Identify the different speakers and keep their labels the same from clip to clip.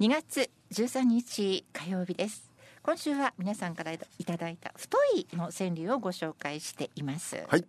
Speaker 1: 2月13日火曜日です今週は皆さんからいただいた太いの川柳をご紹介しています、
Speaker 2: はい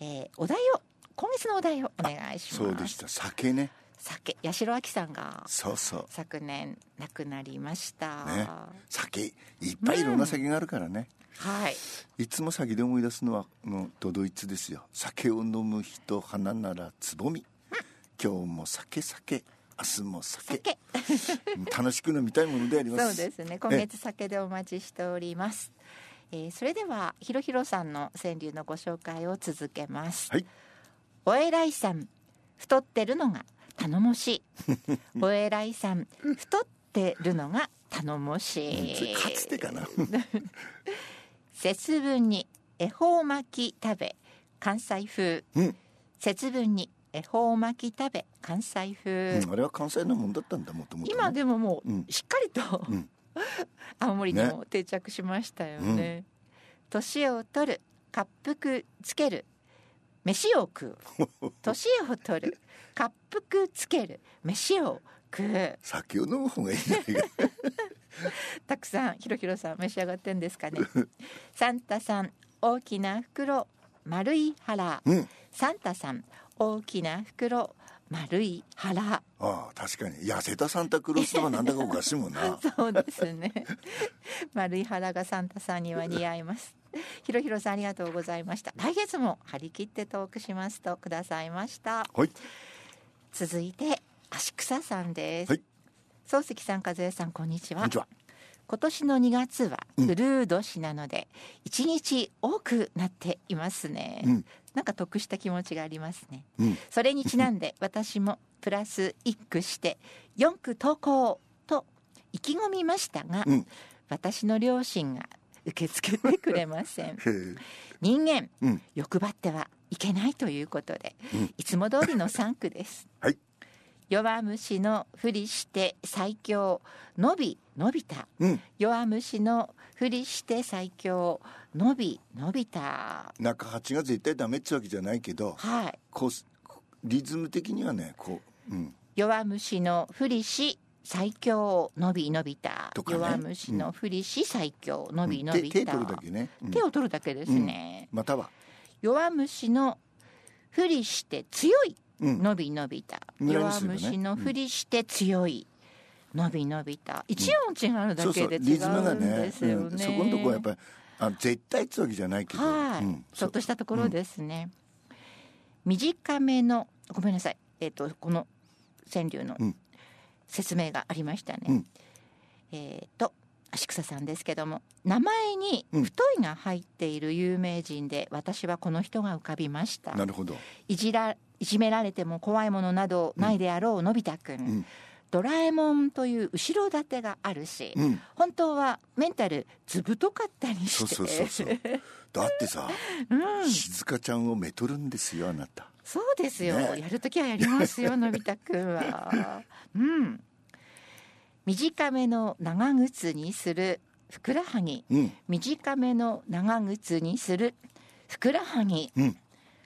Speaker 1: えーお題を今月のお題をお願いします
Speaker 2: そうでした酒ね
Speaker 1: 酒八代亜紀さんが
Speaker 2: そうそう
Speaker 1: 昨年亡くなりました、
Speaker 2: ね酒いっぱいいろんな酒があるからね、
Speaker 1: はい
Speaker 2: いつも先で思い出すのはあのドドイツですよ酒を飲む人花ならつぼみ今日も酒酒明日も酒
Speaker 1: 酒
Speaker 2: 楽しく飲みたいものであります
Speaker 1: そうですね今月酒でお待ちしております、えーそれではひろひろさんの川柳のご紹介を続けます、
Speaker 2: はい
Speaker 1: お偉いさん太ってるのが頼も しいお偉いさん太ってるのが頼も
Speaker 2: うん
Speaker 1: し
Speaker 2: それ
Speaker 1: い
Speaker 2: かつてかな
Speaker 1: 節分に恵方巻き食べ関西風、
Speaker 2: うん
Speaker 1: 節分に恵方巻き食べ関西風、
Speaker 2: うんあれは関西のもんだったんだもともと
Speaker 1: 今でもも
Speaker 2: うん
Speaker 1: うしっかりと、
Speaker 2: うん
Speaker 1: 青森に
Speaker 2: ね
Speaker 1: も定着しましたよね年を取る滑腹つける飯を食 う年を取る滑腹つける飯を食う
Speaker 2: 酒を飲む方がいいんじ ゃないか
Speaker 1: たくさんひろひろさん召し上がってんですか ねサンタさん大きな袋丸い腹
Speaker 2: うん
Speaker 1: サンタさん大きな袋丸い腹
Speaker 2: ああ確かに痩せたサンタクロースとかなんだかおかしいもん な
Speaker 1: そうですね。 丸い腹がサンタさんには似合います。 ひろひろさんありがとうございました。来月も張り切ってトークしますとくださいました。
Speaker 2: はい
Speaker 1: 続いて足草さんです。
Speaker 2: はい
Speaker 1: 漱石さん、和江さん、こんにち
Speaker 2: こん
Speaker 1: は
Speaker 2: にち。は
Speaker 1: 今年の2月は
Speaker 2: うん
Speaker 1: フルー年なので、一日多くなっていますね、
Speaker 2: うん
Speaker 1: なんか得した気持ちがありますね。
Speaker 2: うん
Speaker 1: それにちなんで私もプラス1句して4句投稿と意気込みましたが、
Speaker 2: うん
Speaker 1: 私の両親が受け付けてくれません
Speaker 2: へえ
Speaker 1: 人間、
Speaker 2: うん
Speaker 1: 欲張ってはいけないということで、
Speaker 2: うん
Speaker 1: いつも通りの3句です、
Speaker 2: はい
Speaker 1: 弱虫のふりして最強伸び伸びた
Speaker 2: うん
Speaker 1: 弱虫のふりして最強伸び伸びた
Speaker 2: 中八が絶対ダメってわけじゃないけど
Speaker 1: はい
Speaker 2: こうすリズム的にはねこう、うん、
Speaker 1: 弱虫のふりし最強伸び伸びた、
Speaker 2: とかね
Speaker 1: 弱虫のふりし最強伸び伸
Speaker 2: 手
Speaker 1: びた、
Speaker 2: 手取るだけね、うん
Speaker 1: 手を取るだけですね、
Speaker 2: または、
Speaker 1: 弱虫のふりして強い
Speaker 2: うん、
Speaker 1: 伸び伸びた、
Speaker 2: ムラに
Speaker 1: 弱
Speaker 2: すればね
Speaker 1: 虫のふりして強強い伸び伸びた一音違うだ
Speaker 2: そうそ
Speaker 1: けで
Speaker 2: うリ
Speaker 1: 違
Speaker 2: ズムが
Speaker 1: うん
Speaker 2: ね
Speaker 1: ですよ
Speaker 2: う
Speaker 1: ね
Speaker 2: ん、そこのとこはやっぱりあ絶対ってわけじゃないけど、
Speaker 1: はい、
Speaker 2: うん、
Speaker 1: ちょっとしたところですね、短めのごめんなさいえっ、とこの川柳の
Speaker 2: うん
Speaker 1: 説明がありましたね、
Speaker 2: うん
Speaker 1: えっ、と足草さんですけども名前に「太い」が入っている有名人で、私はこの人が浮かびました
Speaker 2: なるほど
Speaker 1: いじらいじめられても怖いものなどないであろう、のび太くん、
Speaker 2: ん
Speaker 1: ドラえもんという後ろ盾があるし、
Speaker 2: うん
Speaker 1: 本当はメンタルずぶとかったり
Speaker 2: そ
Speaker 1: し
Speaker 2: う
Speaker 1: て
Speaker 2: そうそう そうだってさ、
Speaker 1: うん
Speaker 2: 静香ちゃんをめとるんですよあなた
Speaker 1: そうですよ、
Speaker 2: ね
Speaker 1: やるときはやりますよのび太くんはうん短めの長靴にするふくらはぎ
Speaker 2: うん
Speaker 1: 短めの長靴にするふくらはぎ、
Speaker 2: うん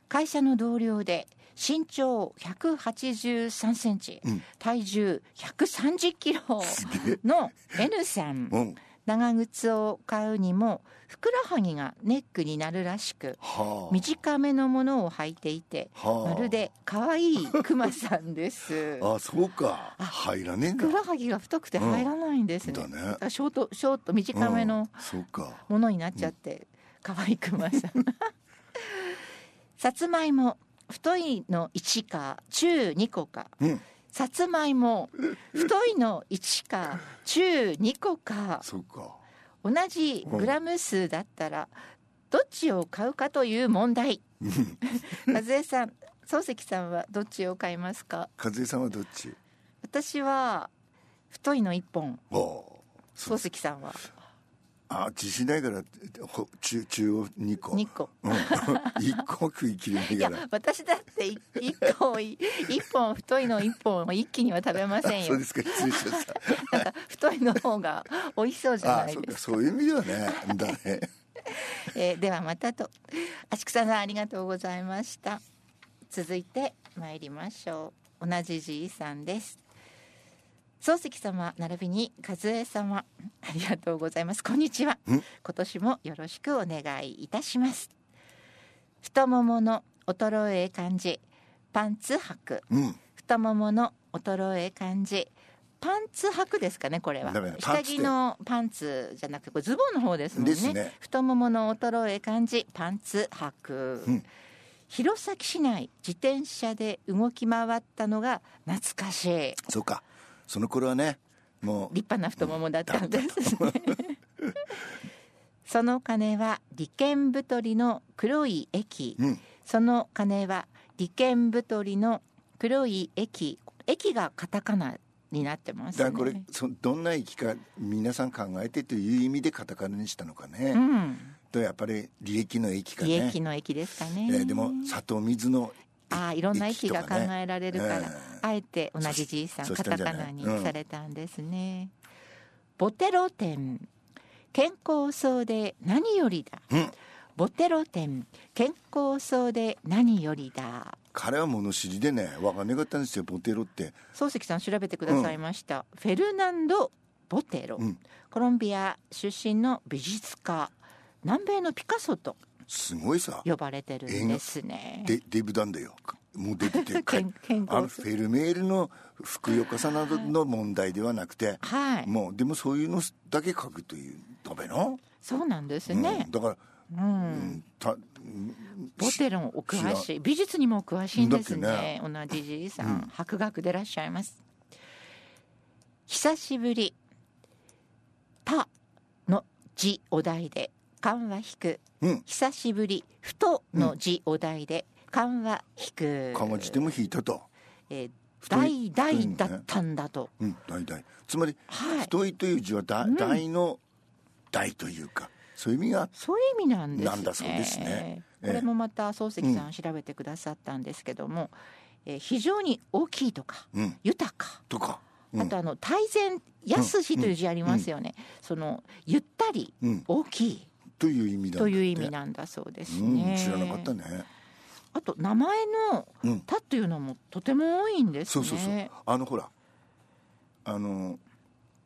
Speaker 1: 会社の同僚で身長183センチ、
Speaker 2: うん
Speaker 1: 体重130キロ
Speaker 2: すげえ
Speaker 1: の N さん
Speaker 2: うん
Speaker 1: 長靴を買うにもふくらはぎがネックになるらしく
Speaker 2: はあ
Speaker 1: 短めのものを履いていて
Speaker 2: は
Speaker 1: ま
Speaker 2: あ。
Speaker 1: るで可愛いクマさんです
Speaker 2: あそうか入らねえんだ
Speaker 1: ふくらはぎが太くて入らないんですね。
Speaker 2: うんだね
Speaker 1: からショートショート短め
Speaker 2: う
Speaker 1: の
Speaker 2: んそうか
Speaker 1: ものになっちゃって可愛いクマ さん。さつまいも太いの1か中2個か。
Speaker 2: うん
Speaker 1: さつまいも太いの1か中2個か
Speaker 2: そうか
Speaker 1: 同じグラム数だったらどっちを買うかという問題。
Speaker 2: うん
Speaker 1: 和江さん、漱石さんはどっちを買いますか。
Speaker 2: 和江さんはどっち
Speaker 1: 私は太いの一本
Speaker 2: ああそう
Speaker 1: 漱石さんは
Speaker 2: あ自信ないからほ中中央2個
Speaker 1: 2個
Speaker 2: うん、1個食い切れない
Speaker 1: い
Speaker 2: か
Speaker 1: や
Speaker 2: ら
Speaker 1: 私だって い一個をい一本太いの一本を一気には食べません
Speaker 2: そう
Speaker 1: よ
Speaker 2: ですか失礼しま した
Speaker 1: なんか太いの方が美味しそうじゃ
Speaker 2: あ
Speaker 1: な
Speaker 2: そ
Speaker 1: いうで
Speaker 2: か
Speaker 1: す
Speaker 2: そういう意味ではねだね
Speaker 1: えーではまたと足草さんありがとうございました続いて参りましょう同じじいさんです漱石様並びに和江様ありがとうございますこんにちは今年もよろしくお願いいたします太ももの衰え感じパンツ履く
Speaker 2: うん
Speaker 1: 太ももの衰え感じパンツ履くですかねこれは
Speaker 2: ダメだ
Speaker 1: 下
Speaker 2: パンツって
Speaker 1: 着のパンツじゃなくてこれズボンの方ですもんね
Speaker 2: ですね
Speaker 1: 太ももの衰え感じパンツ履く、
Speaker 2: うん
Speaker 1: 弘前市内自転車で動き回ったのが懐かしい立
Speaker 2: そうかその頃はねもう
Speaker 1: 派な太ももだったんですね その鐘は利権太りの黒い駅、
Speaker 2: うん
Speaker 1: その鐘は利権太りの黒い駅駅がカタカナになってます
Speaker 2: だか
Speaker 1: ね
Speaker 2: らこれそどんな駅か皆さん考えてという意味でカタカナにしたのかね、
Speaker 1: うん
Speaker 2: とやっぱり利益の駅か
Speaker 1: 利
Speaker 2: ね
Speaker 1: 益の駅ですかね、
Speaker 2: えーでも里水の
Speaker 1: ああいろんな駅が
Speaker 2: 駅
Speaker 1: 考
Speaker 2: とかね
Speaker 1: えられるから、
Speaker 2: ええ
Speaker 1: あえて同じじいさん
Speaker 2: そし
Speaker 1: カ
Speaker 2: そうした
Speaker 1: タ
Speaker 2: んじゃ
Speaker 1: カ
Speaker 2: な
Speaker 1: ナ
Speaker 2: い
Speaker 1: に
Speaker 2: うん
Speaker 1: されたんですね、ボテロ展健康そうで何よりだ、
Speaker 2: うん
Speaker 1: ボテロ展健康そうで何よりだ
Speaker 2: 彼は物知りでね分かんなかったんですよボテロって
Speaker 1: 漱石さん調べてくださいました、フェルナンド・ボテロ、
Speaker 2: うん
Speaker 1: コロンビア出身の美術家南米のピカソと
Speaker 2: すごいさ
Speaker 1: 呼ばれてるんですね
Speaker 2: デデブなんだよもうデブ ってかい
Speaker 1: 健健
Speaker 2: あの
Speaker 1: 康
Speaker 2: フ
Speaker 1: そう
Speaker 2: ェルメールのふくよかさなどの問題ではなくて
Speaker 1: はい
Speaker 2: もうでもそういうのだけ書くというダメな、
Speaker 1: そうなんです
Speaker 2: う
Speaker 1: ね
Speaker 2: ん、だから、
Speaker 1: うん
Speaker 2: うん、たうん
Speaker 1: ボテロンお詳しい美術にもお詳しいんです
Speaker 2: だっ
Speaker 1: ね同じじいさん、博学でいらっしゃいます久しぶり「た」の字お題で緩和引く
Speaker 2: うん
Speaker 1: 久しぶり「ふと」の字お題で緩和引く
Speaker 2: 漢字でも引いたと、
Speaker 1: えー
Speaker 2: 太い
Speaker 1: 大
Speaker 2: 太い
Speaker 1: 大
Speaker 2: ね
Speaker 1: だったんだと、
Speaker 2: うん、大大つまり
Speaker 1: はい
Speaker 2: 太いという字はだ大の大というかそういう意味が
Speaker 1: そういう意味なんですね。
Speaker 2: なんだそうですねええ
Speaker 1: これもまた漱石さん調べてくださったんですけども、えー非常に大きいとか
Speaker 2: うん
Speaker 1: 豊か、
Speaker 2: とか、うん
Speaker 1: あとあの大前安しという字ありますよね。そのゆったり
Speaker 2: うん、
Speaker 1: 大きい
Speaker 2: という意味だ
Speaker 1: という意味
Speaker 2: だ
Speaker 1: なんだそうです
Speaker 2: うん
Speaker 1: ね。
Speaker 2: 知らなかったね、
Speaker 1: あと名前の
Speaker 2: うん、
Speaker 1: たというのもとても多いんです
Speaker 2: そ
Speaker 1: ね。
Speaker 2: うそうそうあのほらあの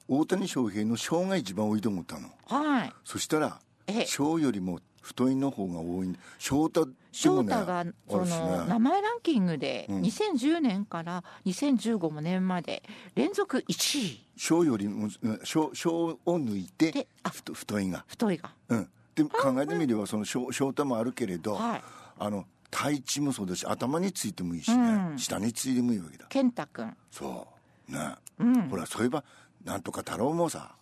Speaker 2: 大谷翔平の翔が一番多いと思ったの
Speaker 1: はい。
Speaker 2: そしたら
Speaker 1: え
Speaker 2: 翔よりも太いの方が多いん翔太でもね
Speaker 1: 翔太がそ
Speaker 2: あ
Speaker 1: の
Speaker 2: るしね
Speaker 1: 名前ランキングで
Speaker 2: うん
Speaker 1: 2010年から2015年まで連続1位
Speaker 2: 翔よりもうん翔翔を抜いて
Speaker 1: であ
Speaker 2: ふと太いが
Speaker 1: 太いが
Speaker 2: うんで考えてみればその翔翔太もあるけれど、
Speaker 1: はい
Speaker 2: あの体地もそうだし頭についてもいいしね、
Speaker 1: うん
Speaker 2: 下についてもいいわけだ
Speaker 1: 健太くん
Speaker 2: そうね、
Speaker 1: うん
Speaker 2: ほらそういえばなんとか太郎も さ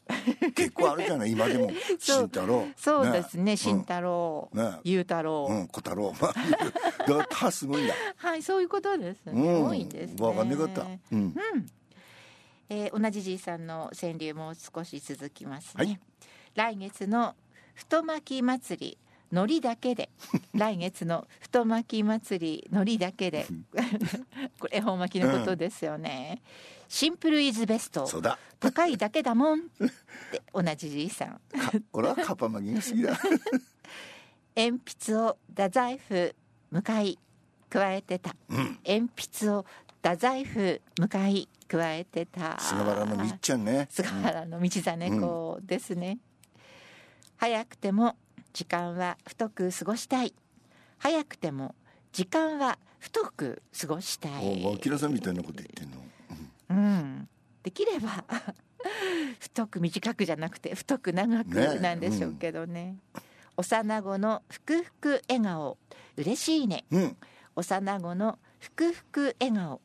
Speaker 2: 結構あるじゃない今でも
Speaker 1: そう
Speaker 2: 慎太郎
Speaker 1: そうですね慎
Speaker 2: 郎
Speaker 1: 太郎
Speaker 2: ね
Speaker 1: 裕太郎、
Speaker 2: うん、うん小太郎 まあだからたすごいんだ
Speaker 1: はいそういうことですね、
Speaker 2: うん
Speaker 1: 多いんですね
Speaker 2: わかんなかったうん
Speaker 1: えー同じじいさんの川柳も少し続きます
Speaker 2: は
Speaker 1: ね、来月の太巻き祭りのりだ けで来月の太巻き祭りのりだけ でこれ恵方巻きのことですよね、シンプルイズベスト
Speaker 2: そうだ
Speaker 1: 高いだけだもんって同じじいさん
Speaker 2: か俺はカパマギが好 きだ
Speaker 1: 鉛筆を太宰府向かい加えてた、鉛筆を太宰府向かい加えてた
Speaker 2: 菅原のみっちゃんね
Speaker 1: 菅原の道真子ですね、早くても時間は太く過ごしたい早くても時間は太く過ごした
Speaker 2: おお
Speaker 1: い、
Speaker 2: 明さんみたいなこと言ってんの
Speaker 1: うん、できれば 太く短くじゃなくて太く長く
Speaker 2: ねえ
Speaker 1: なんでしょうけどね幼子のふくふく笑顔嬉しいね
Speaker 2: うん
Speaker 1: 幼子のふくふく笑顔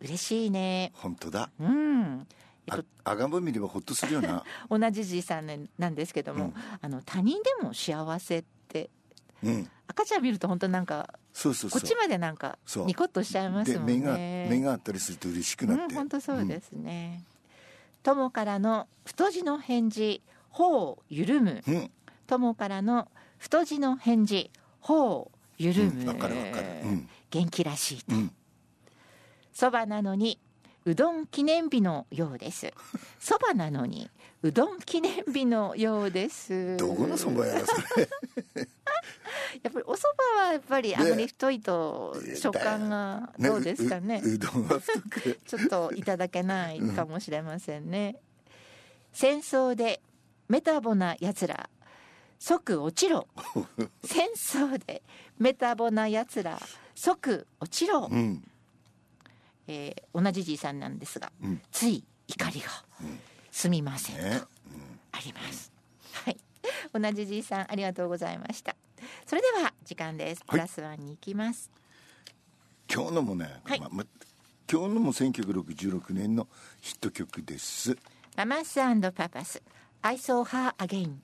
Speaker 1: 嬉しいね
Speaker 2: 本当だ
Speaker 1: うんえっ
Speaker 2: ああがんぼ見ればほっとするような
Speaker 1: 同じじいさんねなんですけども、
Speaker 2: うん
Speaker 1: あの他人でも幸せって
Speaker 2: うん
Speaker 1: 赤ちゃん見ると本当なんか
Speaker 2: そうそうそ
Speaker 1: こ
Speaker 2: う
Speaker 1: っちまでなんか
Speaker 2: そう
Speaker 1: ニコッとしちゃいます
Speaker 2: で
Speaker 1: もんね。
Speaker 2: 目が目があったりすると嬉しくなって、
Speaker 1: うん、本当そうですね。友からの太字の返事「頬を緩む
Speaker 2: うん、うん」
Speaker 1: 友からの太字の返事「頬を緩む」
Speaker 2: うんわかるわかるうん
Speaker 1: 元気らしいと
Speaker 2: うん
Speaker 1: そば、なのにうどん記念日のよう です。そばなのにうどん記念日のようです。
Speaker 2: どこのそばやらそれ
Speaker 1: やっぱりお蕎麦はやっぱりあまり太いと
Speaker 2: ね
Speaker 1: 食感がどうですかね
Speaker 2: うううどんは太く
Speaker 1: ちょっといただけないかもしれませんね。戦争でメタボな奴ら即落ちろ戦争でメタボな奴ら即落ちろ、
Speaker 2: うん
Speaker 1: えー同じじいさんなんですが、
Speaker 2: うん
Speaker 1: つい怒りがすみませんと
Speaker 2: ね
Speaker 1: あります。はい同じじいさんありがとうございました。それでは時間です。
Speaker 2: はい
Speaker 1: プラスワンに行きます。
Speaker 2: 今日のもね、
Speaker 1: はい
Speaker 2: まま今日のも1966年のヒット曲です
Speaker 1: ママスパパス、I saw her again